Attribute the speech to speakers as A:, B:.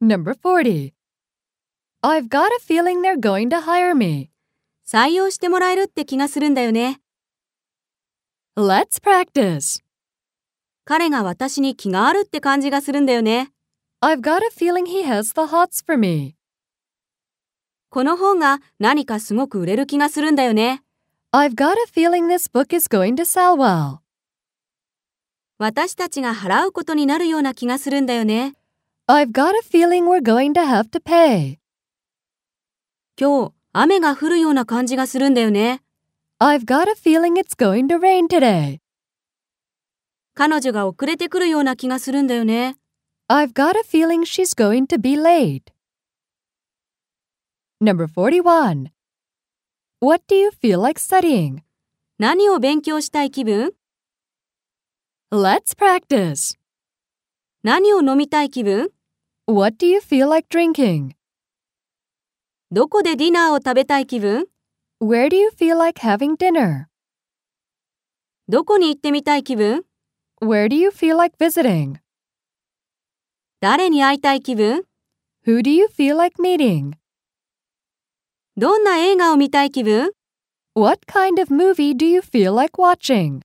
A: Number 40. I've got a feeling they're going to hire me.
B: 採用してもらえるって気がするんだよね。
A: Let's practice.
B: 彼が私に気があるって感じがするんだよね。
A: I've got a feeling he has the hots for me.
B: この本が何かすごく売れる気がするんだよね。
A: I've got a feeling this book is going to sell well.
B: 私たちが払うことになるような気がするんだよね。
A: I've got a feeling we're going to have to pay.
B: 今日、雨が降るような感じがするんだよね。
A: I've got a feeling it's going to rain today.
B: 彼女が遅れてくるような気がするんだよね。
A: I've got a feeling she's going to be late. Number 41. What do you feel like studying?
B: 何を勉強したい気分
A: Let's practice.
B: 何を飲みたい気分
A: What do you feel like drinking?
B: どこでディナーを食べたい気分
A: Where do you feel like having dinner?
B: どこに行ってみたい気分
A: Where do you feel like visiting?
B: 誰に会いたい気分
A: Who do you feel like meeting?
B: どんな映画を見たい気分
A: What kind of movie do you feel like watching?